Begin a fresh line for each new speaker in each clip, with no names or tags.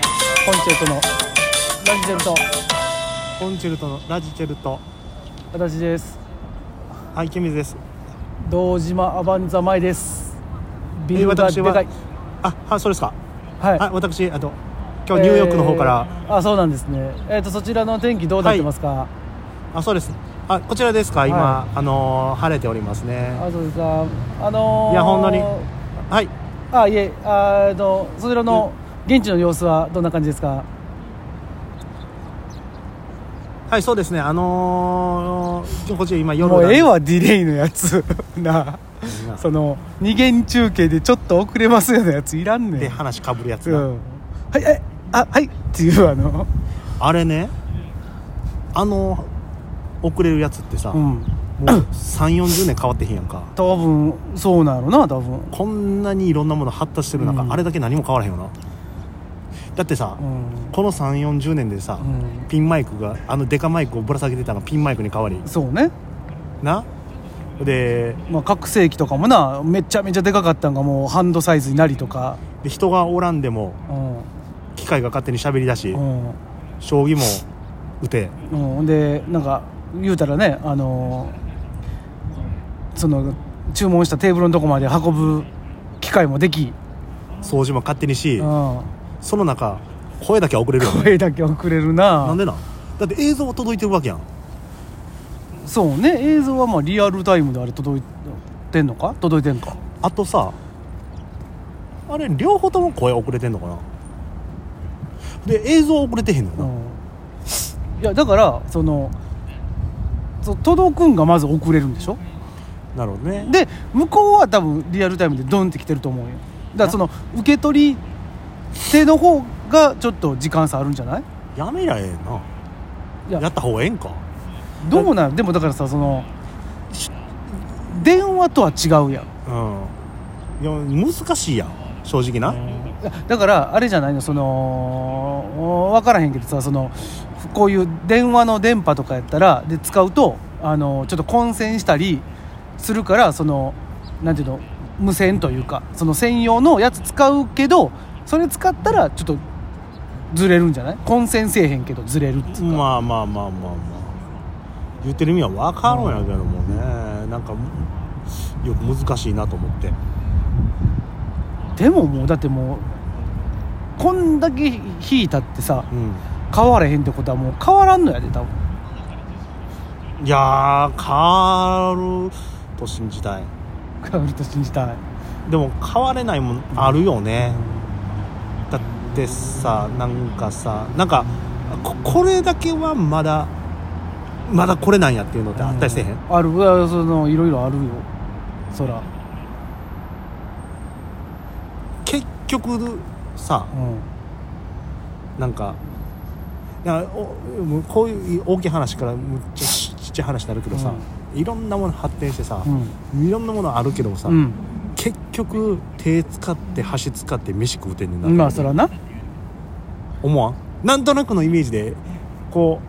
チェルトのラジチェルト
コンチェルトのラジチェルト
私です
はい清水です
堂島アバンザ前ですビ
え
ルが
私
で
は
かい
ああそうですか
はい
あ私あと今日ニューヨークの方から、
えーあそうなんですねえっ、とそちらの天気どうなってますか、
あそうですあこちらですか今、
は
あのー晴れておりますね
あそうですかあのー、
いや本当にはい
あいえあーえっとそちらの現地の様子はどんな感じですか
はいそうですねあのー、こっち今夜
も
なん
う
で
絵はディレイのやつ なあその二元中継でちょっと遅れますようなやついらんね
で
ん
話かぶるやつ
う
な、
んはいはいあはいっていうあの
あれねあの遅れるやつってさ、
う
も
ん
う3 4 0年変わってへんやんか
多分そうなのな多分
こんなにいろんなもの発達してる中、
うん
あれだけ何も変わらへんよなだってさ、
うん、
この3 4 0年でさ、
うん、
ピンマイクがあのデカマイクをぶら下げてたのがピンマイクに変わり
そうね
なで
まあ拡声器とかもなめちゃめちゃでかかったんがもうハンドサイズになりとか
で人がおらんでも
うん
機械が勝手に喋り出し、
うん
将棋も打て
うん、ほんでなんか言うたらねあのーその注文したテーブルのとこまで運ぶ機会もでき、
掃除も勝手にし、
うん、
その中声だけは遅れるよね
声だけ遅れるな
なんでなんだって映像は届いてるわけやん
そうね映像はまあリアルタイムであれ届いてんのか届いてんか
あとさあれ両方とも声遅れてんのかなで映像は遅れてへんのよ
う
な、
んいやだからそのそう届くんがまず遅れるんでしょ
なるほどね
で向こうは多分リアルタイムでドンって来てると思うよだからその受け取り手の方がちょっと時間差あるんじゃない
やめりゃええないや
や
った方がええんか
どうなんでもだからさそのし電話とは違うやん
うんいや難しいやん正直な、
だからあれじゃないのその分からへんけどさそのこういう電話の電波とかやったらで使うとあのちょっと混戦したりするからそのなんていうの無線というかその専用のやつ使うけどそれ使ったらちょっとずれるんじゃない混戦せえへんけどずれるっつうか、
まあまあまあまあまあ言ってる意味は分かるんやけどもね、なんかよく難しいなと思って
でももうだってもうこんだけ引いたってさ
うん
変われへんってことはもう変わらんのやで多分
いやー変わると信じたい
変わると信じたい、
でも変われないもんあるよね、だってさなんかさなんかここれだけはまだまだこれなんやっていうのってあったりせえへん、
あるいやそのいろいろあるよそら
結局さ
うん
なんかいやおもうこういう大きい話からむっちゃちちっちゃい話になるけどさ、いろんなもの発展してさ、
うん
いろんなものあるけどもさ、
うん
結局手使って箸使って飯食うてんねんな
まあそらな
思わんなんとなくのイメージでこ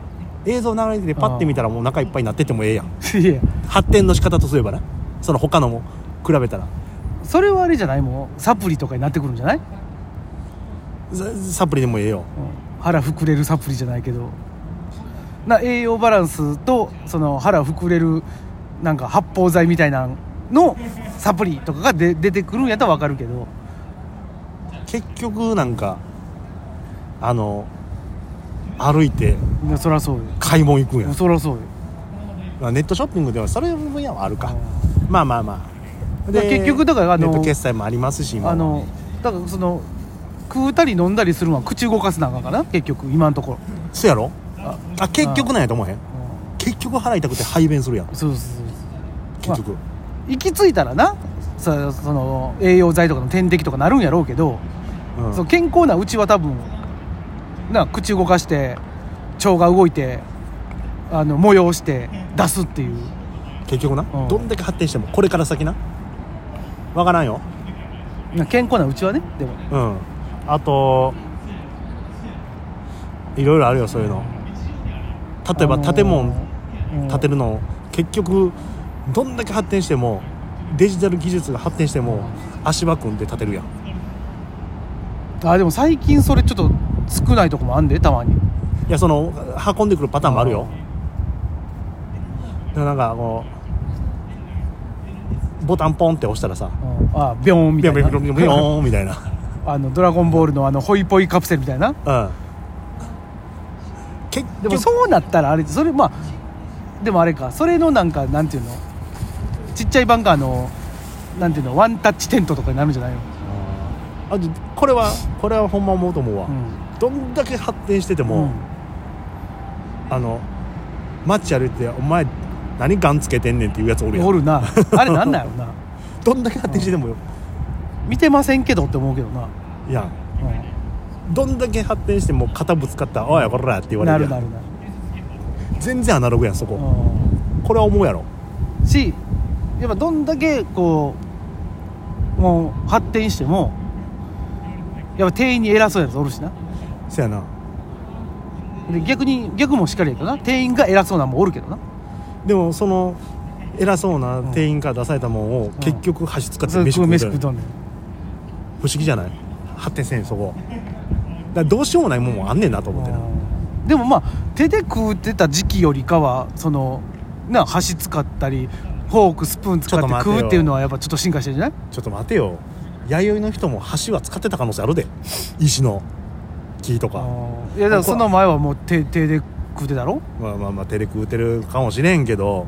う映像流れててパッて見たらもうお腹いっぱいになっててもええやん
いや
発展の仕方とすればなその他のも比べたら
それはあれじゃないもうサプリとかになってくるんじゃない、
ササプリでもええよ
うん腹膨れるサプリじゃないけどな栄養バランスとその腹膨れるなんか発泡剤みたいなんのサプリとかがで出てくるんやったらわかるけど
結局なんかあの歩いて
いやそらそう
買い物行くんや
よそらそうよ
まあネットショッピングではそれ分野はあるかまあまあまあ
まあ結局だからあの
ネット決済もありますし今は
あのだからその食うたり飲んだりするのは口動かすなあかんからな結局今のところ、
そうやろ
あ
あ結局なんやと思わへん
う
結局腹痛くて排便するやん
んそうそうそうそう
結局
行き着いたらなそその栄養剤とかの点滴とかなるんやろうけど、
うん
その健康なうちは多分な口動かして腸が動いてあの催して出すっていう
結局な
うん
どんだけ発展してもこれから先なわからんよ
な健康なうちはねでも
うんあといろいろあるよそういうの例えば
あのー
建物
うん
建てるの結局どんだけ発展してもデジタル技術が発展しても足場組んで建てるやん
あでも最近それちょっと少ないとこもあんでたまに
いやその運んでくるパターンもあるよだからなんかこうボタンポンって押したらさ
うんあビョーンみ
ビ
た
ョン
い
ビョンビョンビョンビ
な
ョンみたいな
あのドラゴンボールのあのホイポイカプセルみたいな
うん結
でも
局
そうなったらあれそれまあでもあれかそれのなんかなんていうのちっちゃいバンカーのなんていうのワンタッチテントとかになるんじゃないの、
あじゃこれはこれはほんま思うと思うわ、
うん
どんだけ発展してても、あの街歩いて「お前何ガンつけてんねん」っていうやつお
う
る
ん
や
お
ん
るなあれなんだよ な
どんだけ発展しててもよ、
見てませんけどって思うけどな、
いや
う
どんだけ発展しても肩ぶつかったら「おいこら」って
ん、
言わ
な
れる
る
やん
なるなる、
全然アナログやんそこ、
う
これは思うやろ
ん、しやっぱどんだけこうもう発展してもやっぱ店員に偉そうやつおるしな
そやな
で逆に逆もしっかりやけどな店員が偉そうなんもおるけどな
でもその偉そうな店員から出されたもんを結局箸使って
ずっ
飯食
と
うみ
飯
た
食
いな
うとんねん
不思議じゃない発展せんそこだからどうしようもないもんもあんねんなと思ってな
でもまあ手で食うてた時期よりかはそのな箸使ったりフォークスプーン使って
ちょっと待てよ
食うっていうのはやっぱちょっと進化してるんじゃない
ちょっと待てよ弥生の人も箸は使ってた可能性あるで石の木とか
いやだから
ここ
その前はもう手手で食うてだろ、
まあまあまあテレ食うてるかもしれんけど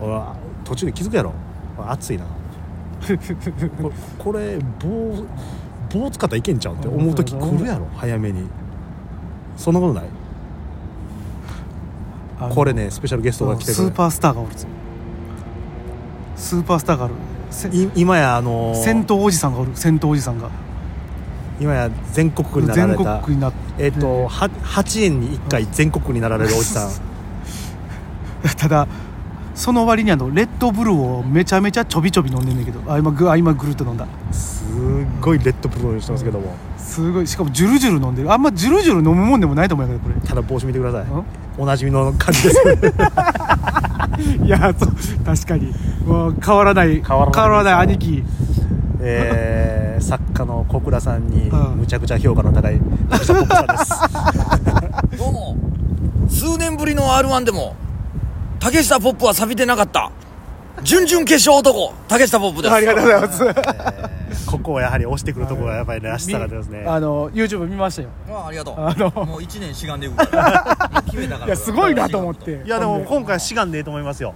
俺は途中で気づくやろ俺暑いなこれこれ棒棒使ったらいけんちゃうって思う時来るやろ早めにそんなことない
あの
これねスペシャルゲストが来て
ス
くれ
ーパースターがおるんですよスーパースターがあるせ
い今やあのー
戦闘おじさんがおる戦闘おじさんが
今や全国区になら
全
れ
国
た
区になって
えっ、とは8円に1回全国区になられるおじさん
ただその割にあのレッドブルーをめちゃめちゃちょびちょび飲んでんねんけどあ今グあ今ぐるっと飲んだ
すっごいレッドブルーにしてますけども
すごいしかもジュルジュル飲んでるあんまジュルジュル飲むもんでもないと思うんやけどこ
ただ帽子見てください
ん
おなじみの感じです
れいやそう確かにもう変わらない
変わらない
兄貴
えー作家の小倉さんに
うん
むちゃくちゃ評価の高い小倉小倉さんです
どうも数年ぶりの r 1でも竹下ポップは錆びてなかった準々決勝男竹下ポップです
ありがとうございます
ここはやはり押してくるところがやっぱりらしさが出ますね
みあの YouTube 見ましたよ
あありがとう
あの
もう1年しがんでいく からもう決めたから
いやすごいなと思って
いやでも今回志願でいいと思いますよ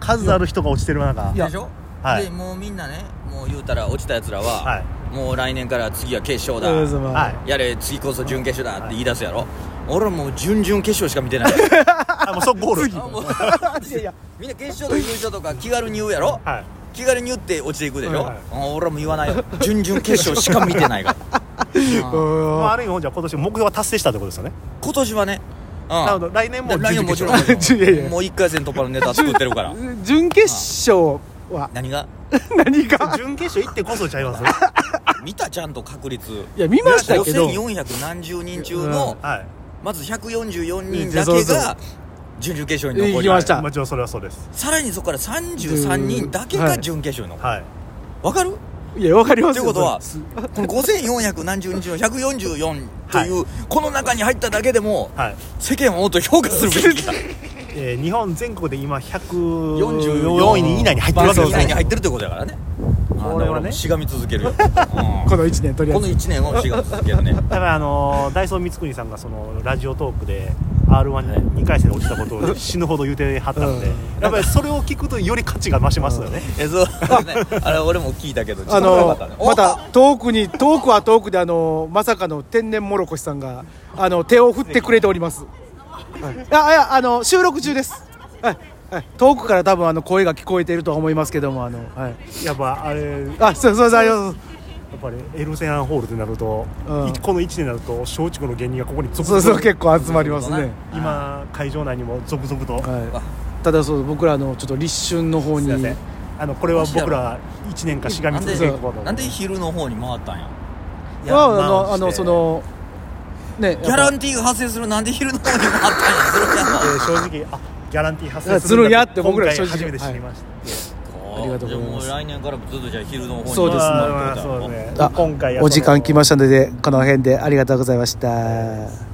数ある人が落ちてる中
いや
でしょ、
はい
でもうみんなねもう言うたら落ちたやつらは、
は
もう来年から次は決勝
ありがとうござ
だ
います
はい
やれ次こそ準決勝だって言い出すやろ、俺はもう準々決勝しか見てない
あもうそゴール
あもう
いやいや
みんな決勝と優勝とか気軽に言うやろ
はい
気軽に言って落ちていくでしょ、
はいはい
あ俺らも言わないよ準々決勝しか見てないから うん
まあある意味じゃあ今年目標は達成したってことですよね
今年はねうん
なので来年も
来年もちろん
準々決勝
いやいや
もう一回戦突破のネタ作ってるから
準決勝は
何が
何か
準決勝行ってこそちゃいます
見たちゃんと確率
いや見ましたけど
5400何十人中の
はい
まず144人
いや
だ
そう
け
そう
が準々決勝に残り
行きました
もちろんそれはそうです
さらにそこから33人だけ
は
が
い
準決勝に残る
はい
わかる
いやわかります
ということは
それ
この5400何十人中の144というこの中に入っただけでも
はい、
世間をもっと評価する べきだ
えー、日本全国で今144
44
位以内に入ってる
ま
わ
ず
け
以
です
内に
ね
入ってるってことだからね
これはね
あだからしがみ続 けるようん
この1年とりあ
こ
え
の
ず
1年をしがみ続けるね
だからあのーダイソー光圀さんがそのラジオトークで r 1に2回戦で落ちたことを死ぬほど言うてはったので、
う
やっぱりそれを聞くとより価値が増しますよね、
えそうねあれ俺も聞いたけどちょっと
あ
よ
の
かったねお
また遠くに遠くは遠くであのまさかの天然もろこしさんがあの手を振ってくれております、はい、あいやあの収録中です、はいはい、遠くから多分あの声が聞こえているとは思いますけどもあの、はい、
やっぱあれ
あそうそうそうそう
やっぱりエルセアンホールってなると、
うん
いこの1年になると松竹の芸人がここに続
そう
々
そう結構集まります
なる
ね、
ほどな
今会場内にも続々と、
はい、ただそう僕らあのちょっと立春の方
す
に
いませんあのこれは
どうした
僕ら1年かしがみ
なん
続けていこうと
でなんで昼の方に回ったんや
いや
まああ
ま
のあの
して
そのね
ギャランティーが発生するなんで昼の方に回ったんやそれ
え
は
ー正直あギャランティー発生
するんやって
今
僕ら
回
正直
初めて知りました、
こ
ありがとうございます
じゃあもう来年からずっとじゃあ昼の方に
そうですね
まあまあそうね
あ
今回は
お時間
その
来ましたのでこの辺でありがとうございました。